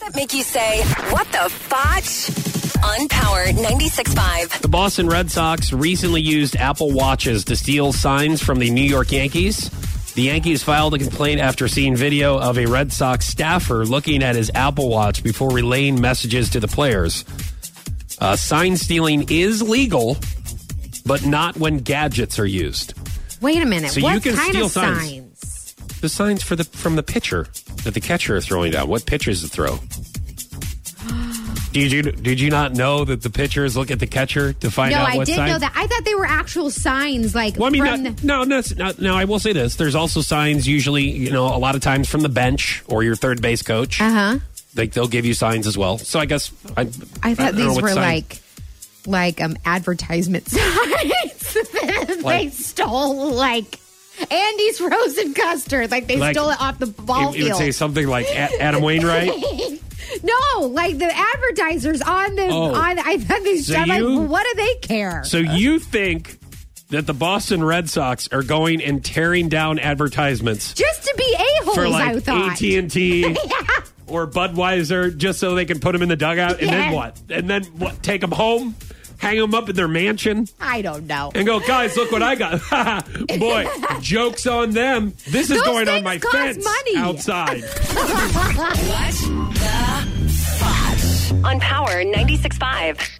that make you say, what the fotch? On Power 96.5. The Boston Red Sox recently used Apple Watches to steal signs from the New York Yankees. The Yankees filed a complaint after seeing video of a Red Sox staffer looking at his Apple Watch before relaying messages to the players. Uh, sign stealing is legal, but not when gadgets are used. Wait a minute. So you what can kind steal of signs. signs? The signs for the from the pitcher that the catcher is throwing down. What pitch is the throw? Did you did you not know that the pitchers look at the catcher to find No, out I what did sign? know that. I thought they were actual signs, like Well, I mean, from not, the, no, that's not, no. I will say this: there's also signs, usually, you know, a lot of times from the bench or your third base coach. uh huh. Like they'll give you signs as well. So I guess I. I thought don't know these what were sign- like like um advertisement signs. they Like- stole like Andy's frozen custard. Like they Like, stole it off the ball It, it would field. say something like A- Adam Wainwright. no, like the advertisers on the Oh. on. I thought these. So I'm like, you- what do they care? so you think that the Boston Red Sox are going and tearing down advertisements Just to be a holes, for I like thought. AT and T or Budweiser, just so they can put them in the dugout, and then Yeah. what? And then what? Take them home, hang them up in their mansion. I don't know. and go, guys, look what I got. Boy, joke's on them. This is Those going on things my cost fence money. outside. What the fotch? On Power 96.5.